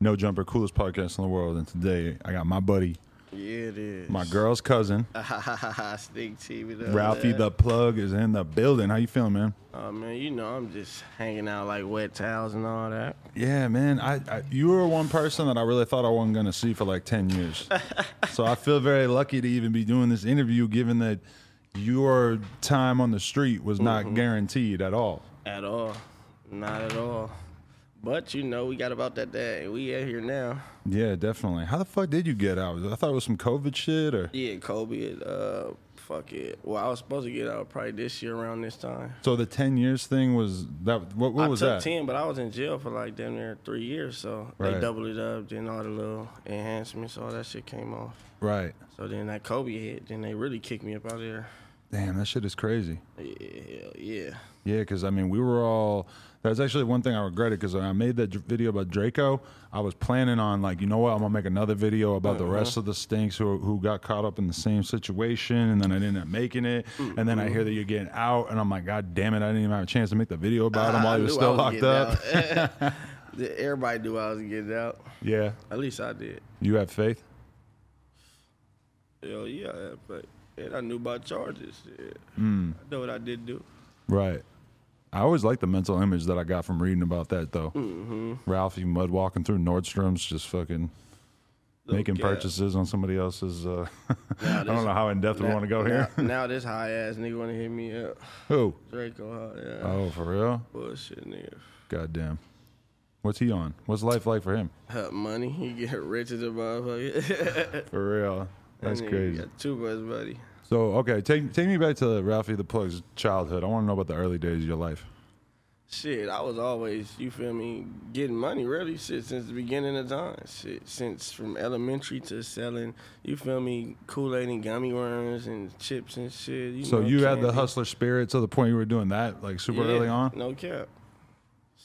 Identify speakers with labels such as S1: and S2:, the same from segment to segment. S1: No Jumper, coolest podcast in the world. And today I got my buddy,
S2: Yeah, it is.
S1: my girl's cousin,
S2: Sneak TV. though,
S1: Ralphie
S2: man.
S1: the Plug is in the building. How you feeling, man?
S2: Oh, man, you know, I'm just hanging out like wet towels and all that.
S1: Yeah, man. I, I you were one person that I really thought I wasn't gonna see for like ten years. so I feel very lucky to even be doing this interview, given that your time on the street was not
S2: Mm-hmm.
S1: guaranteed at all.
S2: At all. Not at all. But, you know, we got about that day. We out here now.
S1: Yeah, definitely. How the fuck did you get out? I thought it was some COVID shit, or
S2: Yeah, Kobe, uh, fuck it. Well, I was supposed to get out probably this year around this time.
S1: so the ten years thing was that. What, what
S2: I
S1: was
S2: took
S1: that?
S2: 10, but I was in jail for like damn near three years. So
S1: Right.
S2: they doubled it up. Then all the little enhancements, all that shit came off.
S1: Right.
S2: So then that Kobe hit. Then they really kicked me up out of there.
S1: Damn, that shit is crazy.
S2: Yeah, hell yeah.
S1: Yeah, because I mean, we were all. That's actually one thing I regretted because I made that dr- video about Draco. I was planning on like, you know what, I'm gonna make another video about the
S2: Uh-huh.
S1: rest of the stinks who who got caught up in the same situation, and then I didn't end up making it. And then I hear that you're getting out, and I'm like, God damn it, I didn't even have a chance to make the video about him while
S2: Ah, I
S1: he was
S2: knew
S1: still
S2: I
S1: locked
S2: getting
S1: up.
S2: out. The- Everybody knew I was getting out.
S1: yeah,
S2: At least I did.
S1: you have faith.
S2: Hell yeah, but and I knew about charges. Yeah.
S1: Hmm.
S2: I know what I did do.
S1: Right. I always like the mental image that I got from reading about that though.
S2: Mm-hmm.
S1: Ralphie Mud walking through Nordstrom's, just fucking
S2: Look
S1: making
S2: at-
S1: purchases on somebody else's. Uh, I
S2: this-
S1: don't know how in depth we want to go here.
S2: Now, now this high ass nigga wanna hit me up.
S1: Who?
S2: Draco, huh? yeah.
S1: Oh, for real?
S2: Bullshit nigga.
S1: Goddamn. What's he on? What's life like for him?
S2: Hot money, he get rich as a motherfucker.
S1: For real. That's
S2: Nigga
S1: crazy.
S2: Got too much money.
S1: So, okay, take take me back to Ralphie the Plug's childhood. I want to know about the early days of your life.
S2: Shit, I was always, you feel me, getting money really, shit, since the beginning of time. Shit, since from elementary to selling, you feel me, Kool Aid and gummy worms and chips and shit. You
S1: So
S2: know,
S1: you had the
S2: candy.
S1: hustler spirit to the point you were doing that like super
S2: Yeah,
S1: early on.
S2: No cap.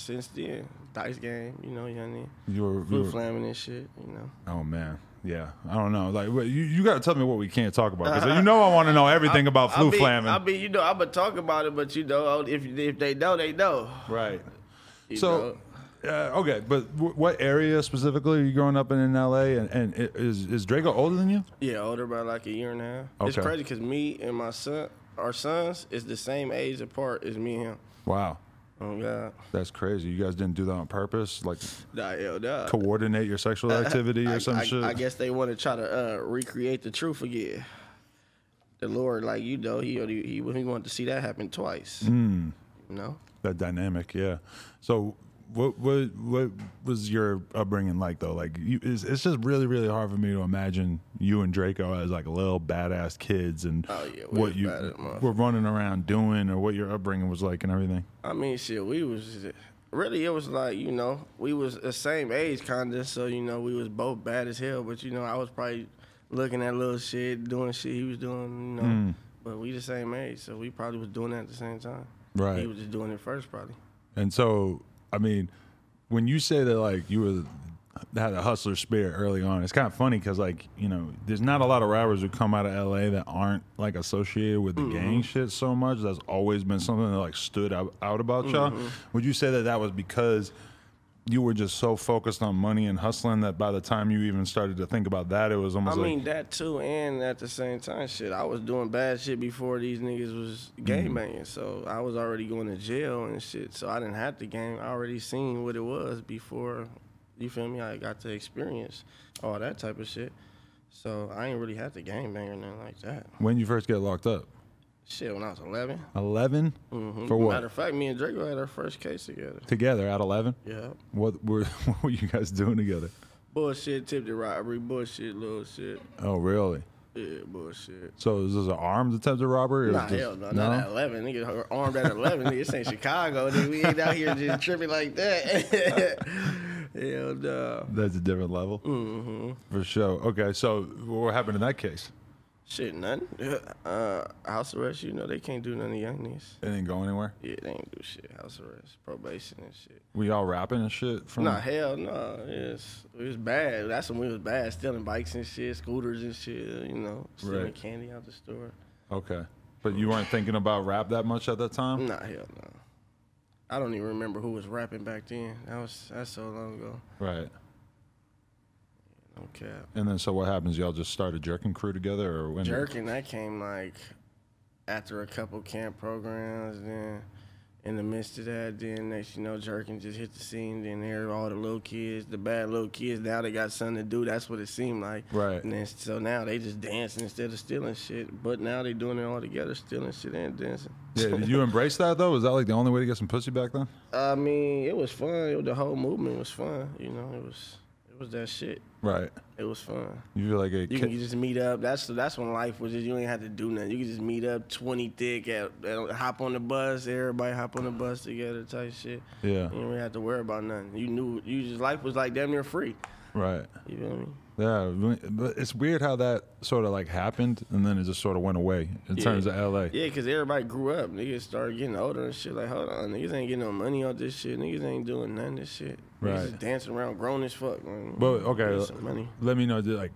S2: Since then, dice game, you know, young nigga.
S1: You were, you
S2: Food
S1: were
S2: flamming and shit, you know.
S1: Oh man, yeah. I don't know. Like what- you, you got to tell me what we can't talk about because you know I want to know everything about flu
S2: I be, I
S1: flamming.
S2: be, you know, I'ma talk about it, but you know, oh, if if they know, they know.
S1: right.
S2: you
S1: So, uh, okay, but w- what area specifically are you growing up in in L.A. and, and i- is is Draco older than you?
S2: Yeah, older by like a year and a half. It's
S1: Okay.
S2: crazy because me and my son, our sons, is the same age apart as me and him.
S1: Wow,
S2: Oh God,
S1: that's crazy. You guys didn't do that on purpose, like
S2: nah, yo, nah.
S1: coordinate your sexual activity or
S2: I,
S1: some
S2: I-
S1: shit.
S2: I guess they want to try to uh, recreate the truth again. The Lord, like you know, he already- he he wanted to see that happen twice.
S1: Hmm.
S2: You know,
S1: That dynamic, yeah. So. What, what what was your upbringing like though? Like, you, it's, it's just really really hard for me to imagine you and Draco as like little badass kids and
S2: Oh, yeah, we
S1: what
S2: was
S1: you
S2: bad as motherfuckers.
S1: were running around doing or what your upbringing was like and everything.
S2: I mean, shit, we was really it was like you know we was the same age kinda, so you know we was both bad as hell. But you know I was probably looking at little shit, doing shit he was doing, you know.
S1: Hmm.
S2: But we the same age, so we probably was doing that at the same time.
S1: Right.
S2: He was just doing it first, probably.
S1: And so, I mean, when you say that like you were had a hustler spirit early on, it's kind of funny because like you know, there's not a lot of rappers who come out of LA that aren't like associated with the
S2: Mm-hmm.
S1: gang shit so much. That's always been something that like stood out, out about
S2: Mm-hmm.
S1: y'all. Would you say that that was because? You were just so focused on money and hustling that by the time you even started to think about that, it was
S2: I
S1: almost like
S2: mean that too, and at the same time, shit, I was doing bad shit before these niggas was
S1: Mm-hmm.
S2: game banging. So I was already going to jail and shit. So I didn't have the game. I already seen what it was before. You feel me? I got to experience all that type of shit. So I ain't really had the game bang or nothing like that.
S1: when you first get locked up.
S2: Shit, when I was 11.
S1: 11 for what
S2: Mm-hmm. Matter of fact, me and Draco had our first case together.
S1: together at 11
S2: Yeah.
S1: what were what were you guys doing together
S2: Bullshit, tip the robbery, bullshit, little shit.
S1: oh really
S2: Yeah, bullshit.
S1: so is this an armed attempted robbery or
S2: Nah,
S1: is this-
S2: hell no, not at 11. Nigga, her armed at 11. nigga, this ain't Chicago. Nigga, we ain't out here just tripping like that. Hell no.
S1: That's a different level. Mm-hmm. For sure. Okay, so what happened in that case?
S2: Shit, nothing. Uh, house arrest, you know, they can't do nothing to young niggas.
S1: It didn't go anywhere.
S2: Yeah, they ain't do shit. House arrest, probation and shit.
S1: We all rapping and shit from.
S2: Nah, hell no. It's it was bad. That's when we was bad, stealing bikes and shit, scooters and shit. You know, stealing
S1: Right.
S2: candy out the store.
S1: Okay, but you weren't thinking about rap that much at that time.
S2: Nah, hell no. I don't even remember who was rapping back then. That was that's so long ago.
S1: Right.
S2: No cap.
S1: And then so what happens? Y'all just started jerking crew together, or when?
S2: Jerking that came like after a couple camp programs, then in the midst of that, then next you know, jerking just hit the scene, then there were all the little kids, the bad little kids, now they got something to do, that's what it seemed like.
S1: Right.
S2: And then so now they just dancing instead of stealing shit. But now they doing it all together, stealing shit and dancing.
S1: Yeah. Did you embrace that though? Was that like the only way to get some pussy back then?
S2: I mean, it was fun. It, the whole movement was fun, you know, it was it was that shit.
S1: Right.
S2: It was fun.
S1: You feel like a
S2: You
S1: kid-
S2: can just meet up. That's that's when life was just you ain't have to do nothing. You could just meet up twenty thick at, at- hop on the bus. Everybody hop on the bus together type shit.
S1: Yeah.
S2: You didn't really have to worry about nothing. You knew you just life was like damn near free.
S1: right.
S2: You feel me?
S1: Yeah, we- but it's weird how that sort of like happened, and then it just sort of went away in terms of L.A.
S2: Yeah, cause everybody grew up. Niggas started getting older and shit. Like hold on, niggas ain't getting no money off this shit. Niggas ain't doing none of this shit. Niggas
S1: Right.
S2: just dancing around, grown as fuck. Like,
S1: But okay,
S2: get some money.
S1: let me know. did, Like,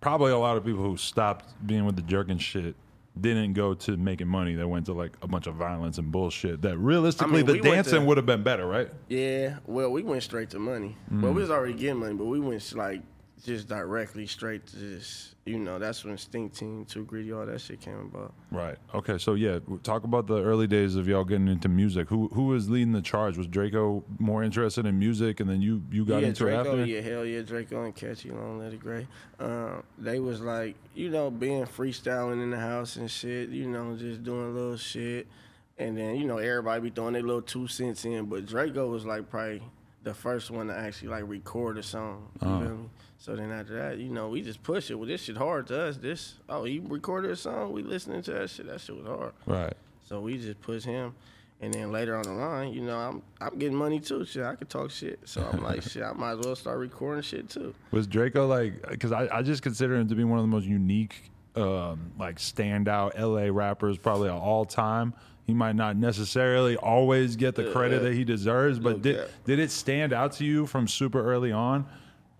S1: probably a lot of people who stopped being with the jerking shit didn't go to making money. They went to like a bunch of violence and bullshit. That realistically,
S2: we
S1: the
S2: went
S1: dancing
S2: to-
S1: would have been better, right?
S2: Yeah, well, we went straight to money. Well, we was already getting money, but we went like just directly straight to this. You know, that's when Stink Team, Too Greedy, all that shit came about.
S1: Right. Okay. So yeah, w- talk about the early days of y'all getting into music. Who who was leading the charge? Was Draco more interested in music, and then you you got
S2: yeah,
S1: into
S2: Draco,
S1: it after?
S2: yeah, hell yeah, Draco and Catchy Long Lady Gray. Um, they was like, you know, being freestyling in the house and shit, you know, just doing little shit. And then, you know, everybody be throwing their little two cents in, but Draco was like probably the first one to actually like record a song. You
S1: Uh-huh.
S2: feel me? So then after that, you know, we just push it. Well, this shit hard to us. This, oh, he recorded a song. We listening to that shit. That shit was hard.
S1: Right.
S2: So we just push him. And then later on the line, you know, I'm I'm getting money too. Shit, I could talk shit. So I'm like, shit, I might as well start recording shit too.
S1: Was Draco like? Because I, I just consider him to be one of the most unique, um, like standout LA rappers probably of all time. He might not necessarily always get the credit that he deserves, but did
S2: yeah.
S1: did it stand out to you from super early on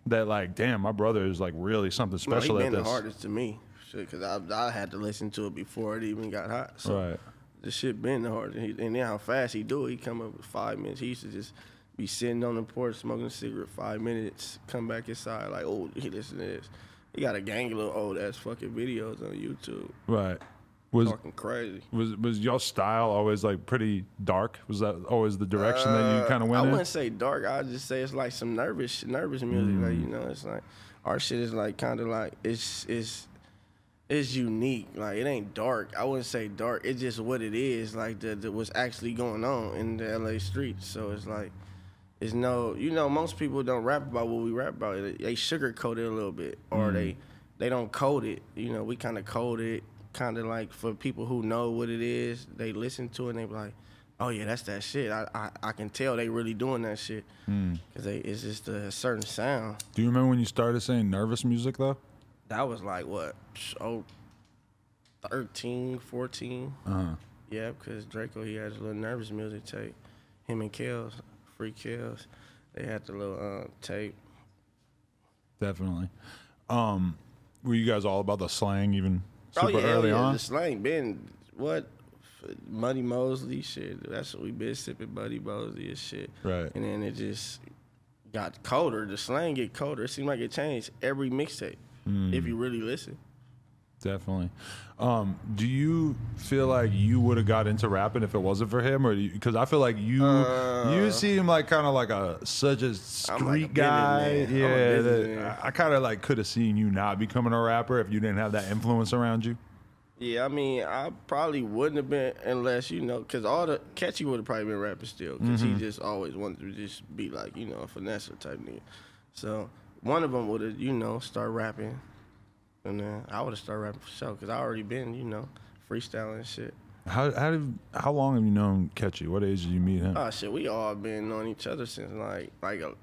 S1: that like, damn, my brother is like really something
S2: No, he
S1: special
S2: been
S1: at
S2: the
S1: this?
S2: hardest to me, shit, because I I had to listen to it before it even got hot. So
S1: Right.
S2: the shit been the hardest. He- And then how fast he do it, he come up with five minutes. He used to just be sitting on the porch smoking a cigarette five minutes, come back inside like, oh, he listen to this. He got a gang of little old ass fucking videos on YouTube,
S1: Right. Was
S2: fucking crazy.
S1: was was your style always like pretty dark? Was that always the direction that you kind of
S2: Uh, I
S1: went in?
S2: wouldn't say dark. I would just say it's like some nervous, nervous music. Like
S1: Mm.
S2: you know, it's like our shit is like kind of like it's it's it's unique. Like it ain't dark. I wouldn't say dark. It's just what it is. Like the, the what's actually going on in the L.A. streets. So it's like it's no. You know, most people don't rap about what we rap about. They, they sugarcoat it a little bit, or they they don't code it. You know, we kind of code it. Kind of like for people who know what it is, they listen to it and they be like, "Oh yeah, that's that shit." I I, I can tell they really doing that shit because they it's just a certain sound.
S1: Do you remember when you started saying nervous music though?
S2: That was like what? psh, Oh, 13, 14. Yeah, because Draco, he has a little nervous music tape. Him and Kells, Free Kells, they had the little uh, tape.
S1: Definitely. Um, were you guys all about the slang even super
S2: oh, yeah, hell
S1: early
S2: yeah,
S1: on?
S2: The slang been, what? F- Muddy Mosley shit. That's what we been sipping, Buddy Mosley and shit.
S1: Right.
S2: And then it just got colder. The slang get colder. It seemed like it changed every mixtape
S1: Hmm.
S2: if you really listen.
S1: Definitely. Um, do you feel like you would have got into rapping if it wasn't for him, or because I feel like you you seem like kind of like a such a
S2: Uh, I'm like
S1: street
S2: a
S1: guy.
S2: businessman. I'm a
S1: Yeah,
S2: businessman.
S1: that, I, I kind of like could have seen you not becoming a rapper if you didn't have that influence around you.
S2: Yeah, I mean, I probably wouldn't have been unless you know, because all the catchy would have probably been rapping still, because he just always wanted to just be like you know a finesse type nigga. So one of them would have you know start rapping, and then I would have started rapping for sure, because I already been you know freestyling and shit.
S1: How how did, how long have you
S2: Uh, Ah,
S1: known Ketchy? What age did you meet him?
S2: Oh shit, we all been knowing each other since like like a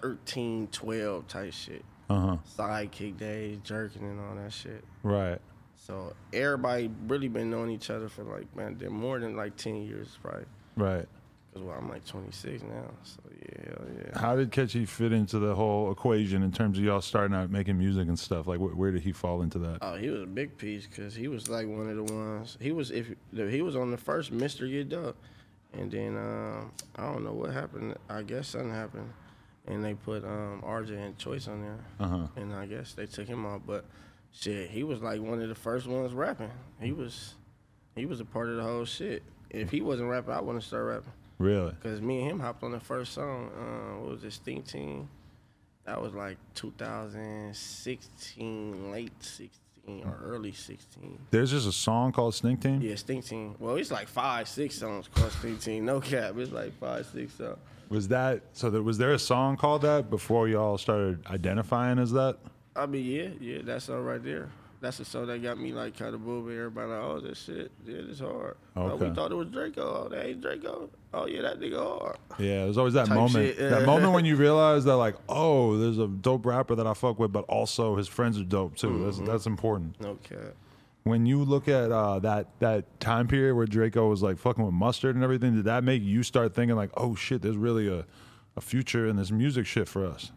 S2: 13, 12 type shit.
S1: Uh huh.
S2: Sidekick days, jerking and all that shit.
S1: Right.
S2: So everybody really been knowing each other for like man, they're more than like ten years probably.
S1: Right.
S2: Cause well, I'm like 26 now. So yeah, hell yeah.
S1: How did Ketchy fit into the whole equation in terms of y'all starting out making music and stuff? Like, wh- where did he fall into that?
S2: Oh, he was a big piece because he was like one of the ones. He was if he was on the first Mister Get Duck, and then um, I don't know what happened. I guess something happened, and they put um, RJ and Choice on there,
S1: Uh-huh.
S2: and I guess they took him out. But shit, he was like one of the first ones rapping. He was, he was a part of the whole shit. If he wasn't rapping, I wouldn't start rapping.
S1: Really?
S2: Cause me and him hopped on the first song. Uh, what was this Think Team? That was like 2016, late 16 or early 16.
S1: There's just a song called Stink Team.
S2: Yeah, Stink Team. Well, it's like five, six songs called Stink Team. No cap, it's like five, six songs.
S1: Was that so? There, was there a song called that before y'all started identifying as that?
S2: I mean, yeah, yeah, that's all right there. That's the song that got me like kind of booming. Everybody like, oh, this shit, yeah, this hard. Oh, we
S1: Okay.
S2: thought it was Draco. Oh, that ain't Draco. Oh yeah, that nigga hard.
S1: Yeah, there's always that
S2: Type
S1: moment.
S2: shit,
S1: That
S2: yeah.
S1: moment when you realize that, like, oh, there's a dope rapper that I fuck with, but also his friends are dope too. That's
S2: Mm-hmm.
S1: that's important.
S2: No cap.
S1: When you look at uh, that that time period where Draco was like fucking with mustard and everything, did that make you start thinking like, oh shit, there's really a, a future in this music shit for us?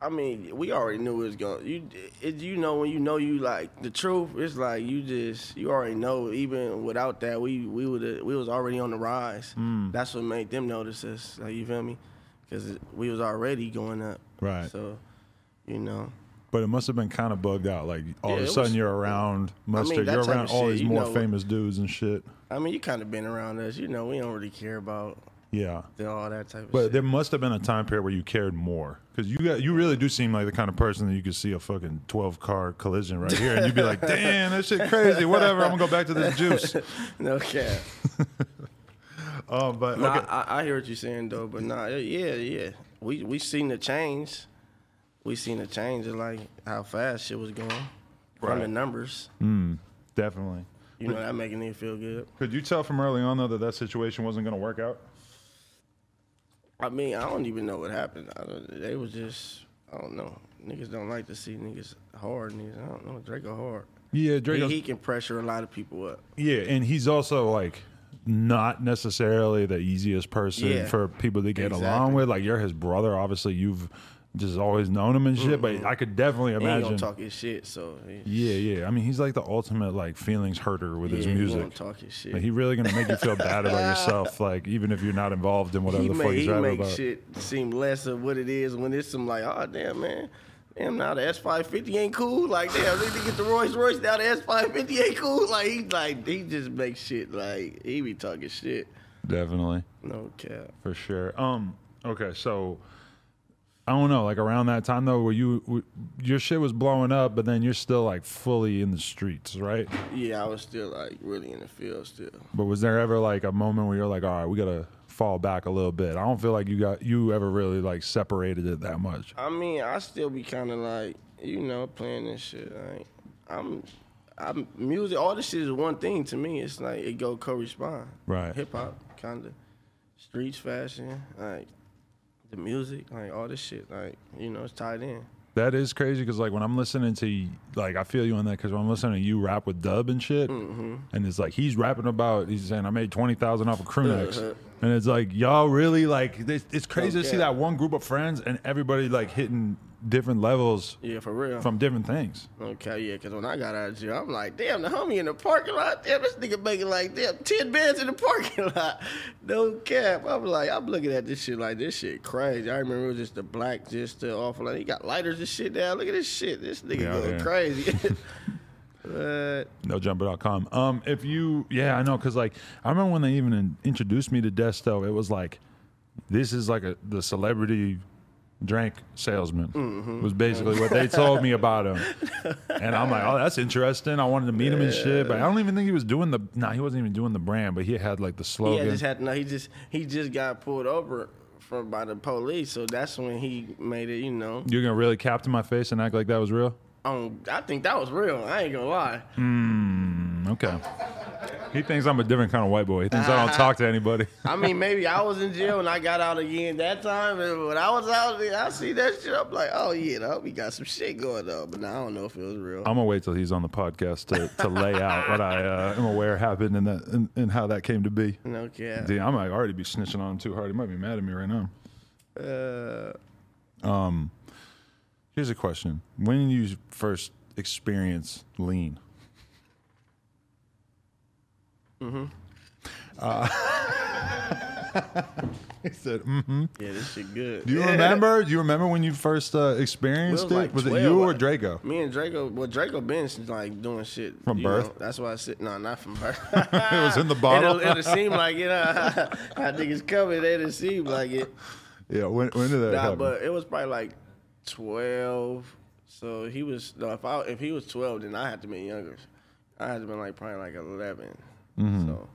S2: I mean, we already knew it was going. You, it, you know, when you know you like the truth, it's like you just you already know. Even without that, we we would we was already on the rise.
S1: Mm.
S2: That's what made them notice us. Like, you feel me? Because we was already going up.
S1: Right.
S2: So, you know.
S1: But it must have been kind of bugged out. Like all
S2: Yeah,
S1: of a
S2: it
S1: sudden
S2: was-
S1: you're around mustard,
S2: that
S1: you're
S2: type
S1: around
S2: of
S1: all
S2: shit,
S1: these
S2: you
S1: more
S2: know.
S1: famous dudes and shit.
S2: I mean, you kind of been around us. You know, we don't really care about
S1: Yeah.
S2: the, all that type of
S1: But
S2: shit.
S1: there must have been a time period where you cared more because you got you really do seem like the kind of person that you could see a fucking twelve car collision right here and you'd be like, damn, that shit crazy. Whatever, I'm gonna go back to this juice.
S2: no cap.
S1: Oh, but
S2: Nah,
S1: okay.
S2: I, I hear what you're saying though, but nah, yeah, yeah. We we seen the change. We seen the change in like how fast shit was going from the
S1: Right.
S2: numbers.
S1: definitely.
S2: You know that making it feel good.
S1: Could you tell from early on though that that situation wasn't gonna work out?
S2: I mean, I don't even know what happened. I don't, they was just I don't know. Niggas don't like to see niggas hard. Niggas, I don't know. Draco hard.
S1: Yeah,
S2: He,
S1: Drake.
S2: he can pressure a lot of people up.
S1: Yeah, and he's also like not necessarily the easiest person
S2: Yeah.
S1: for people to get along
S2: Exactly.
S1: with. Like you're his brother, obviously you've just always known him and shit. But I could definitely
S2: Mm-hmm. He ain't
S1: imagine.
S2: gonna talk his shit. So he-
S1: Yeah, yeah. I mean, he's like the ultimate like feelings hurter with his
S2: yeah, He
S1: music.
S2: won't talk his shit.
S1: Like, he really gonna make you feel bad about yourself, like even if you're not involved in whatever
S2: he
S1: the
S2: make,
S1: fuck he's
S2: he
S1: rapping
S2: make
S1: about.
S2: shit seem less of what it is when it's some like, oh damn man, damn now the S five fifty ain't cool. Like damn, need to get the Rolls Royce now the S five fifty ain't cool. Like he like he just makes shit like he be talking shit.
S1: Definitely,
S2: No cap.
S1: for sure. Um, okay, so I don't know. Like around that time though, where you w- your shit was blowing up, but then you're still like fully in the streets, right?
S2: Yeah, I was still like really in the field still.
S1: But was there ever like a moment where you're like, all right, we gotta fall back a little bit? I don't feel like you got you ever really like separated it that much.
S2: I mean, I still be kind of like you know playing this shit. Like I'm, I'm music. All this shit is one thing to me. It's like it go correspond.
S1: Right.
S2: Hip hop, kind of streets fashion, like the music, like all this shit. Like you know, it's tied in.
S1: That is crazy because like when I'm listening to y- like I feel you on that because when I'm listening to you rap with Dub and shit,
S2: Mm-hmm.
S1: and it's like he's rapping about he's saying I made twenty thousand off of crew necks,
S2: Uh-huh.
S1: and it's like y'all really like this, it's crazy to see
S2: Okay.
S1: that one group of friends and everybody like hitting different levels
S2: Yeah, for real.
S1: from different things.
S2: okay, yeah, because when I got out of jail, I'm like, damn, the homie in the parking lot, damn, this nigga making like, damn, 10 bands in the parking lot. No cap. I'm like, I'm looking at this shit like, this shit crazy. I remember it was just the black, just the awful, like, he got lighters and shit down. Look at this shit. This nigga
S1: Yeah,
S2: going
S1: yeah.
S2: crazy. but,
S1: NoJumper.com. Um, if you yeah I know because like I remember when they even in- introduced me to Desto, it was like this is like a the celebrity drank salesman
S2: Mm-hmm.
S1: was basically what they told me about him and i'm like oh that's interesting i wanted to meet him and shit but i don't even think he was doing the nah, he wasn't even doing the brand but he had like the
S2: yeah,
S1: slogan
S2: just had to know. He just, he just got pulled over from by the police. So that's when he made it, you know.
S1: you're gonna really cap to my face and act like that was real
S2: on. I think that was real. I ain't gonna lie.
S1: Mm, Okay. He thinks I'm a different kind of white boy. He thinks I don't talk to anybody.
S2: I mean, maybe I was in jail and I got out again that time. And when I was out, I see that shit. I'm like, oh yeah, though, we got some shit going on. But now I don't know if it was real.
S1: I'm gonna wait till he's on the podcast to, to lay out what I uh, am aware happened and that and, and how that came to be.
S2: no cap.
S1: Dude, I might already be snitching on him too hard. He might be mad at me right now. Um,
S2: Uh,
S1: Here's a question: When did you first experience lean? Mm-hmm. Uh, he said, mm-hmm.
S2: yeah, this shit good.
S1: Do you remember? Do you remember when you first uh, experienced
S2: We was like
S1: it? Was
S2: 12,
S1: it you or
S2: like-
S1: Draco?
S2: Me and Draco, well, Draco been like doing shit
S1: From
S2: you
S1: birth?
S2: know, that's why I said no, not from birth.
S1: It was in the bottle?
S2: It'll, it'll seem like it. Uh, I think it's coming. It'll seem like it.
S1: Yeah. When, when did that
S2: Nah,
S1: happen?
S2: but it was probably like twelve. So he was no. If I if he was twelve, then I had to be younger. I had to been like probably like 11 So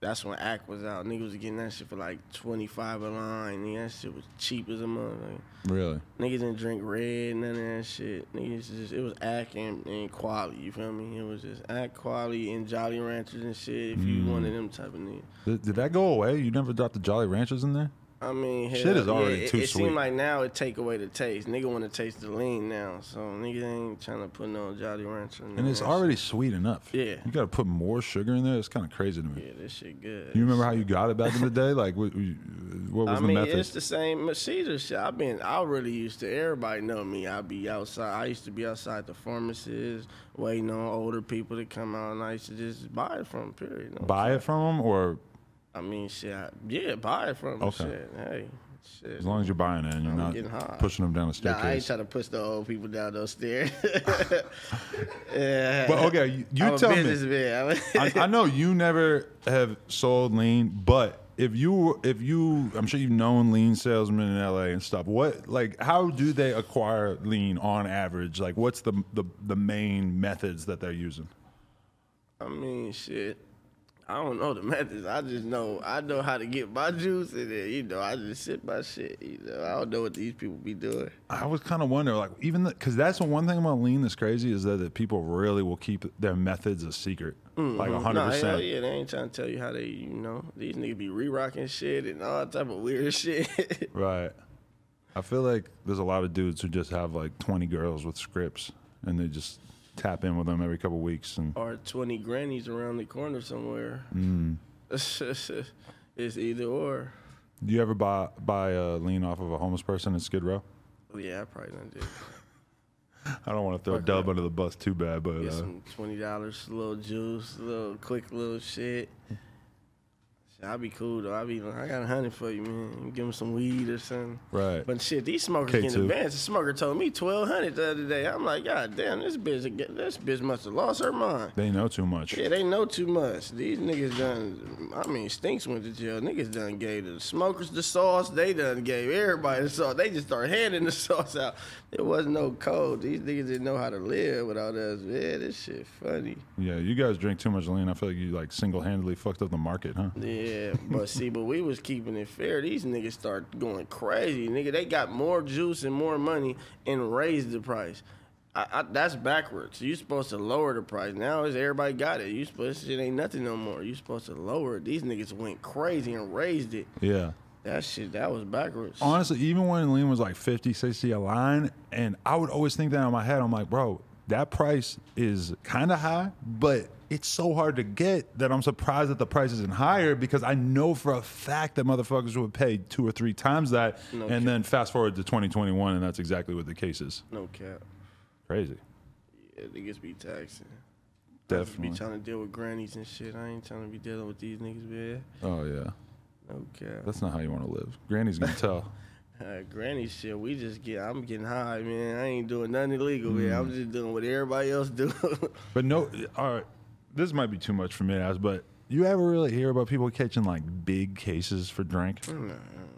S2: that's when Act was out. Niggas was getting that shit for like twenty five a line. Nigga, that shit was cheap as a motherfucker.
S1: really?
S2: Niggas didn't drink red, none of that shit. Niggas just it was act and, and quality, you feel me? It was just act quality and Jolly Ranchers and shit if you wanted them type of niggas.
S1: Did, did that go away? You never dropped the Jolly Ranchers in there?
S2: I mean hell,
S1: Shit is
S2: yeah,
S1: already
S2: it,
S1: too
S2: it
S1: sweet.
S2: seemed like now it take away the taste. Nigga wanna taste the lean now, so niggas ain't trying to put no Jolly Rancher
S1: And it's already sweet enough.
S2: Yeah.
S1: You got to put more sugar in there. It's kind of crazy to me.
S2: Yeah, this shit good.
S1: You remember how you got it back in the day? Like, what, what was
S2: I
S1: the
S2: mean,
S1: method?
S2: it's the same Caesar shit. I've been, I really used to, everybody know me. I be outside, I used to be outside the pharmacies, waiting on older people to come out, and I used to just buy it from, 'em, period. You know?
S1: Buy it from them, or
S2: I mean, shit, I, yeah, buy it from 'em,
S1: Okay.
S2: shit. Hey, shit.
S1: as long as you're buying it and you're
S2: I'm
S1: not
S2: getting high.
S1: pushing them down the
S2: Nah, I ain't
S1: staircase.
S2: trying to push the old people down those stairs. yeah.
S1: but okay, you, you
S2: I'm
S1: tell
S2: a
S1: me.
S2: businessman.
S1: I, I know you never have sold lean, but if you were- if you, I'm sure you've known lean salesmen in LA and stuff. What like how do they acquire lean on average? Like, what's the the, the main methods that they're using?
S2: I mean, shit. I don't know the methods. I just know I know how to get my juice, and then you know I just sip my shit. You know I don't know what these people be doing.
S1: I was kind of wondering, like, even because that's the one thing about lean that's crazy is that, that people really will keep their methods a secret, like a hundred
S2: Mm, Nah, hell
S1: percent.
S2: yeah, they ain't trying to tell you how they. You know these niggas be re rocking shit and all type of weird shit.
S1: Right. I feel like there's a lot of dudes who just have like 20 girls with scripts, and they just tap in with them every couple weeks. And
S2: or twenty grannies around the corner somewhere.
S1: Mm.
S2: it's either or.
S1: do you ever buy buy a lean off of a homeless person in Skid Row?
S2: Yeah, I probably done did.
S1: I don't want to throw Dub under the bus too bad, but
S2: Get
S1: uh,
S2: some twenty dollars, little juice, little quick little shit. Shit, I'll be cool though. I'll be like, I got a hundred for you, man. Give him some weed or something.
S1: right.
S2: But shit, these smokers
S1: K2.
S2: getting advanced. The smoker told me twelve hundred the other day. I'm like, God damn, this bitch, this bitch must have lost her mind.
S1: they know too much.
S2: Yeah, they know too much. These niggas done. I mean, Stinks went to jail. Niggas done gave the smokers the sauce. They done gave everybody the sauce. They just started handing the sauce out. There was no code. These niggas didn't know how to live without us. Yeah, this shit funny.
S1: Yeah, you guys drink too much lean. I feel like you like single handedly fucked up the market, huh?
S2: Yeah, but see, but we was keeping it fair. These niggas start going crazy. Nigga, they got more juice and more money and raised the price. I, I, that's backwards. You supposed to lower the price. Now is everybody got it. You supposed this shit ain't nothing no more. You supposed to lower it. These niggas went crazy and raised it.
S1: Yeah.
S2: That shit, that was backwards.
S1: honestly, even when lean was like 50, 60 a line, and I would always think that in my head, I'm like, bro, that price is kind of high, but it's so hard to get that I'm surprised that the price isn't higher because I know for a fact that motherfuckers would pay two or three times that. and
S2: kidding.
S1: then fast forward to 2021, and that's exactly what the case is.
S2: no cap.
S1: Crazy.
S2: Yeah, niggas be taxing. Be
S1: Definitely.
S2: trying to deal with grannies and shit. I ain't trying to be dealing with these niggas, man.
S1: Oh, yeah.
S2: No cap.
S1: That's not how you want to live. Granny's going to tell.
S2: Uh, granny shit, we just get. I'm getting high, man. I ain't doing nothing illegal, man. I'm
S1: Mm.
S2: just doing what everybody else do.
S1: But no, all right, this might be too much for me to ask, but you ever really hear about people catching like big cases for drink?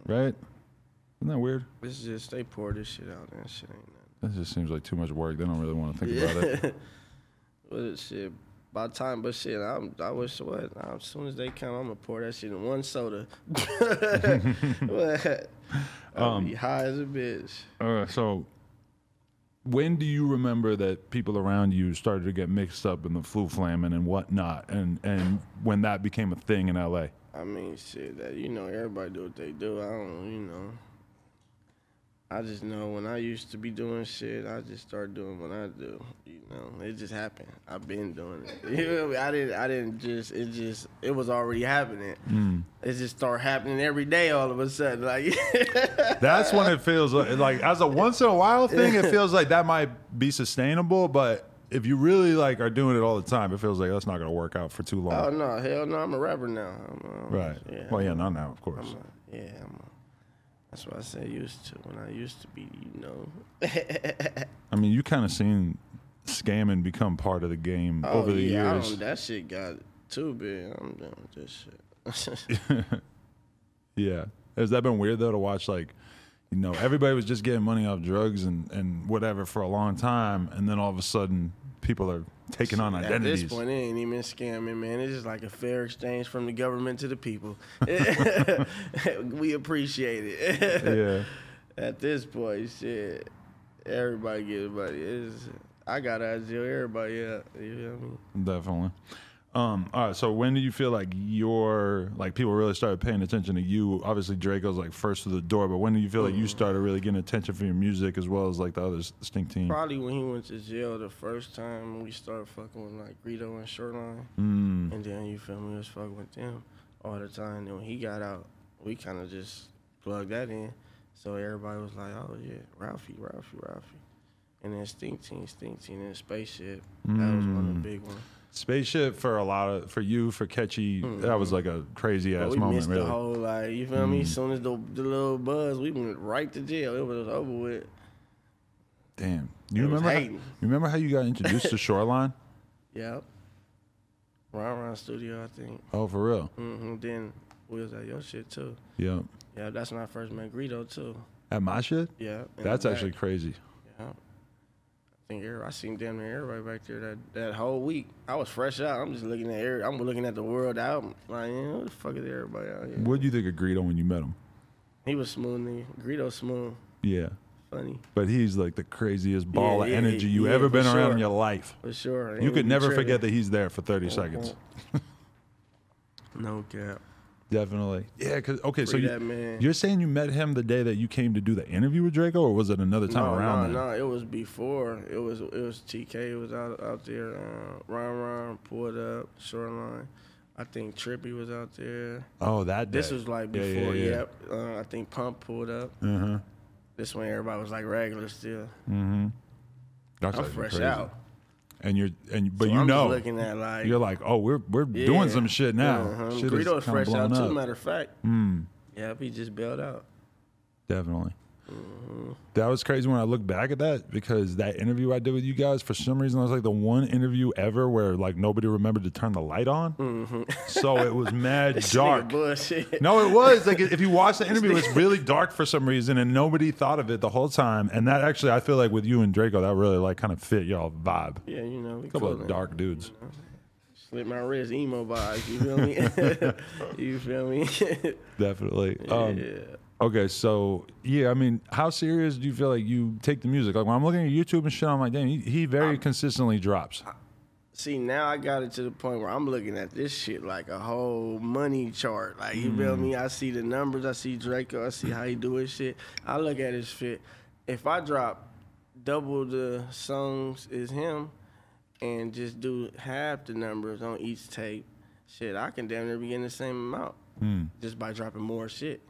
S1: Right? Isn't that weird?
S2: it's just they pour this shit out and shit ain't
S1: That
S2: nothing.
S1: just seems like too much work. They don't really want to think about it.
S2: But it's shit, by the time, but shit, I'm. I wish what? i as soon as they come, I'm gonna pour that shit in one soda.
S1: Um,
S2: What? I'll be high as a bitch.
S1: Uh, so when do you remember that people around you started to get mixed up in the flu flamming and whatnot, and and when that became a thing in L.A.
S2: I mean, shit, that you know, everybody do what they do. I don't, you know. I just know when I used to be doing shit, I just start doing what I do. You know, it just happened. I've been doing it. You feel me? I didn't. I didn't just. It just. It was already happening.
S1: Mm.
S2: It just started happening every day. All of a sudden, like
S1: That's when it feels like, like as a once in a while thing. It feels like that might be sustainable, but if you really like are doing it all the time, it feels like that's not going to work out for too long.
S2: Oh no, hell no! I'm a rapper now. I'm, um,
S1: right?
S2: Yeah.
S1: Well, yeah, not now, of course.
S2: I'm a- yeah. I'm a, that's what I said. Used to when I used to be, you know.
S1: I mean, you kind of seen scamming become part of the game
S2: Oh,
S1: over the
S2: yeah, I
S1: years.
S2: don't, that shit got too big. I'm done with this shit.
S1: Yeah. Has that been weird though to watch like you know, everybody was just getting money off drugs and, and whatever for a long time and then all of a sudden people are taking on
S2: At this
S1: identities.
S2: point, it ain't even scamming, man. It's just like a fair exchange from the government to the people. we appreciate it.
S1: yeah.
S2: At this point, shit, everybody gets money. It's, I gotta ideal everybody up. You feel me?
S1: Definitely. Um, all right, so when do you feel like your like people really started paying attention to you? Obviously Draco's like first to the door, but when do you feel like you started really getting attention for your music as well as like the other stink team?
S2: Probably when he went to jail the first time, we started fucking with like Greedo and Shoreline.
S1: Mm,
S2: And then you feel me, we was fucking with them all the time. And when he got out, we kind of just plugged that in. So everybody was like, "Oh yeah, Ralphie, Ralphie, Ralphie," and then Stink Team, Stink Team, and Spaceship. That was one of
S1: Mm.
S2: the big ones.
S1: Spaceship for a lot of for you for catchy that was like a crazy
S2: Mm-hmm. But
S1: ass
S2: we
S1: moment
S2: missed
S1: really. Mm.
S2: the whole like, you feel me? As soon as the, the little buzz, we went right to jail. It was over with.
S1: Damn. You
S2: It was
S1: remember how,
S2: hating.
S1: you remember how you got introduced to Shoreline?
S2: Yep. Round Round Studio, I think.
S1: Oh, for real?
S2: hmm Then we was at your shit too.
S1: Yeah.
S2: Yeah, that's when I first met Greedo too.
S1: At my shit?
S2: Yeah. in the
S1: That's
S2: back.
S1: actually crazy.
S2: Yeah. I think every- I seen damn near everybody back there that, that whole week. I was fresh out. I'm just looking at every, I'm looking at the world out. Like, you know, who the fuck is everybody out here?
S1: What do you think of Greedo when you met him?
S2: He was smooth, nigga. Greedo smooth.
S1: Yeah.
S2: Funny.
S1: But he's like the craziest ball
S2: yeah,
S1: of energy you
S2: yeah,
S1: ever
S2: for
S1: been around in
S2: sure.
S1: your life.
S2: For sure.
S1: You could never forget that he's there for 30
S2: Uh-huh.
S1: seconds.
S2: No cap.
S1: Definitely. Yeah, 'cause- okay, so
S2: Free
S1: you,
S2: that man.
S1: you're saying you met him the day that you came to do the interview with Draco, or was it another time
S2: no,
S1: around?
S2: No,
S1: then?
S2: no, it was before. It was it was TK. It was out out there. Uh, Ron Ron pulled up shoreline. I think Trippy was out there.
S1: Oh, that day.
S2: This was like
S1: Yeah,
S2: before.
S1: yeah, yeah.
S2: Yep. Uh, I think Pump pulled up.
S1: Uh-huh.
S2: This when everybody was like regular still.
S1: That's
S2: I'm
S1: actually
S2: fresh
S1: crazy.
S2: out.
S1: And you're, and but
S2: So
S1: you
S2: I'm
S1: know,
S2: just looking at like
S1: you're like, oh, we're we're
S2: yeah,
S1: doing some shit now.
S2: uh-huh.
S1: Shit is
S2: Greedo's
S1: kinda
S2: fresh out
S1: blowing
S2: too.
S1: up.
S2: Matter of fact.
S1: Mm.
S2: Yeah, he just bailed out.
S1: Definitely.
S2: Mm-hmm.
S1: That was crazy when I look back at that because that interview I did with you guys, for some reason, that was like the one interview ever where like nobody remembered to turn the light on. So it was mad
S2: Mm-hmm. This nigga
S1: dark.
S2: Bullshit.
S1: No, it was like if you watch the interview, it's really dark for some reason, and nobody thought of it the whole time. And that actually, I feel like with you and Draco, that really like kind of fit y'all vibe.
S2: Yeah, you know, we
S1: Couple
S2: cool
S1: of
S2: now.
S1: dark dudes.
S2: Slit my wrist, emo vibes. You feel me? you feel me?
S1: Definitely. Um,
S2: yeah.
S1: Okay, so yeah, I mean, how serious do you feel like you take the music? Like when I'm looking at YouTube and shit, I'm like, damn, he, he very consistently drops.
S2: See, now I got it to the point where I'm looking at this shit like a whole money chart. Like, you feel me? I see the numbers, I see Draco, I see how he do his shit. I look at his shit. If I drop double the songs is him and just do half the numbers on each tape, shit, I can damn near be getting the same amount just by dropping more shit.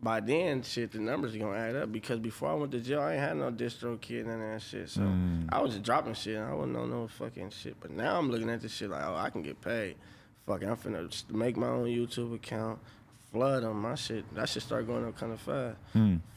S2: By then, shit, the numbers are gonna add up because before I went to jail, I ain't had no distro kid and that shit. So I was just dropping shit. And I wasn't on no fucking shit. But now I'm looking at this shit like, oh, I can get paid. Fucking, I'm finna s- make my own YouTube account, flood them. My shit, that shit start going up kind of fast.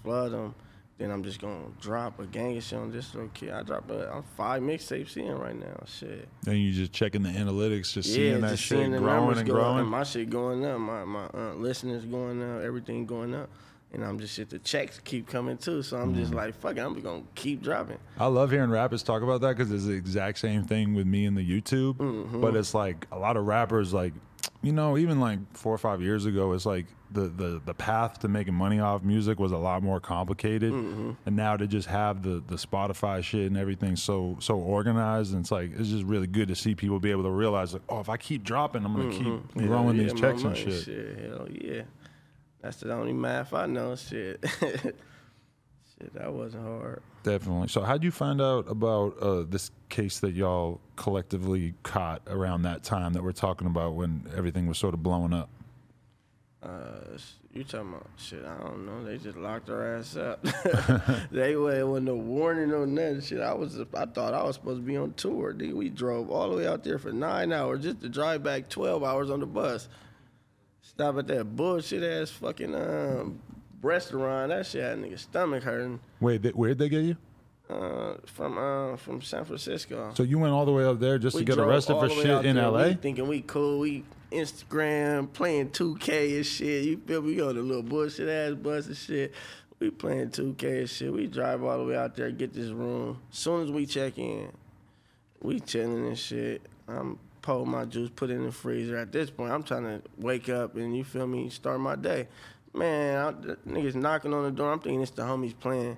S2: Flood them. Then I'm just gonna drop a gang of shit on distro kid. I drop a, I'm five mixtapes in right now. Shit
S1: And you just checking the analytics, just seeing that
S2: just
S1: shit
S2: seeing the
S1: growing
S2: numbers
S1: and
S2: go up
S1: growing.
S2: My shit going up. My my uh, listeners going up. Everything going up. And I'm just shit. The checks keep coming too. So I'm
S1: Mm.
S2: just like, fuck it. I'm just gonna keep dropping.
S1: I love hearing rappers talk about
S2: Mm-hmm.
S1: that because it's the exact same thing with me and the YouTube. But it's like a lot of rappers like you know, even like four or five years ago, it's like the the the path to making money off music was a lot more complicated,
S2: Mm-hmm.
S1: and now to just have the the Spotify shit and everything so so organized, and it's like it's just really good to see people be able to realize like, oh, if I keep dropping, I'm gonna keep
S2: Hell
S1: rolling
S2: Mm-hmm. yeah,
S1: these
S2: my
S1: checks and
S2: money,
S1: shit.
S2: Hell yeah. That's the only math I know. Shit. shit, that wasn't hard.
S1: Definitely. So, how'd you find out about uh, this case that y'all collectively caught around that time that we're talking about when everything was sort of blowing up?
S2: Uh, sh- you talking about shit? I don't know. They just locked her ass up. they wa- wasn't no warning or nothing. Shit, I was. I thought I was supposed to be on tour. Dude, we drove all the way out there for nine hours just to drive back twelve hours on the bus. Stop at that bullshit ass fucking um, restaurant. That shit had nigga stomach hurting.
S1: Wait, th- where'd they get you?
S2: Uh, from uh, from San Francisco.
S1: So you went all the way up there just to get
S2: drove
S1: arrested
S2: all
S1: for
S2: the way
S1: shit
S2: out
S1: in
S2: there.
S1: LA?
S2: We thinking we cool. We Instagram playing 2K and shit. You feel me? We on the little bullshit ass bus and shit. We playing 2K and shit. We drive all the way out there, get this room. Soon as we check in, we chilling and shit. I'm pulling my juice, put it in the freezer. At this point, I'm trying to wake up and you feel me, start my day. Man, I, the niggas knocking on the door. I'm thinking it's the homies playing.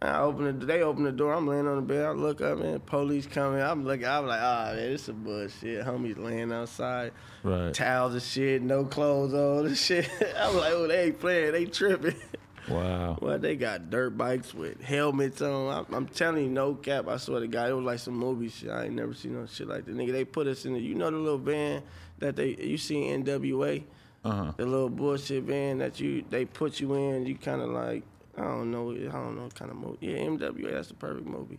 S2: I open the, they open the door. I'm laying on the bed. I look up and police coming. I'm looking. I'm like, ah, man, this some bullshit. Homies laying outside,
S1: Right.
S2: towels and shit, no clothes on and shit. I'm like, oh, they ain't playing. They tripping.
S1: Wow.
S2: Well, they got dirt bikes with helmets on. I'm, I'm telling you, no cap. I swear to God, it was like some movie shit. I ain't never seen no shit like that. Nigga, they put us in the, you know, the little van that they, you see in NWA?
S1: Uh-huh.
S2: The little bullshit van that you, they put you in. You kind of like, I don't know, I don't know, kind of movie. Yeah, MWA, that's the perfect movie.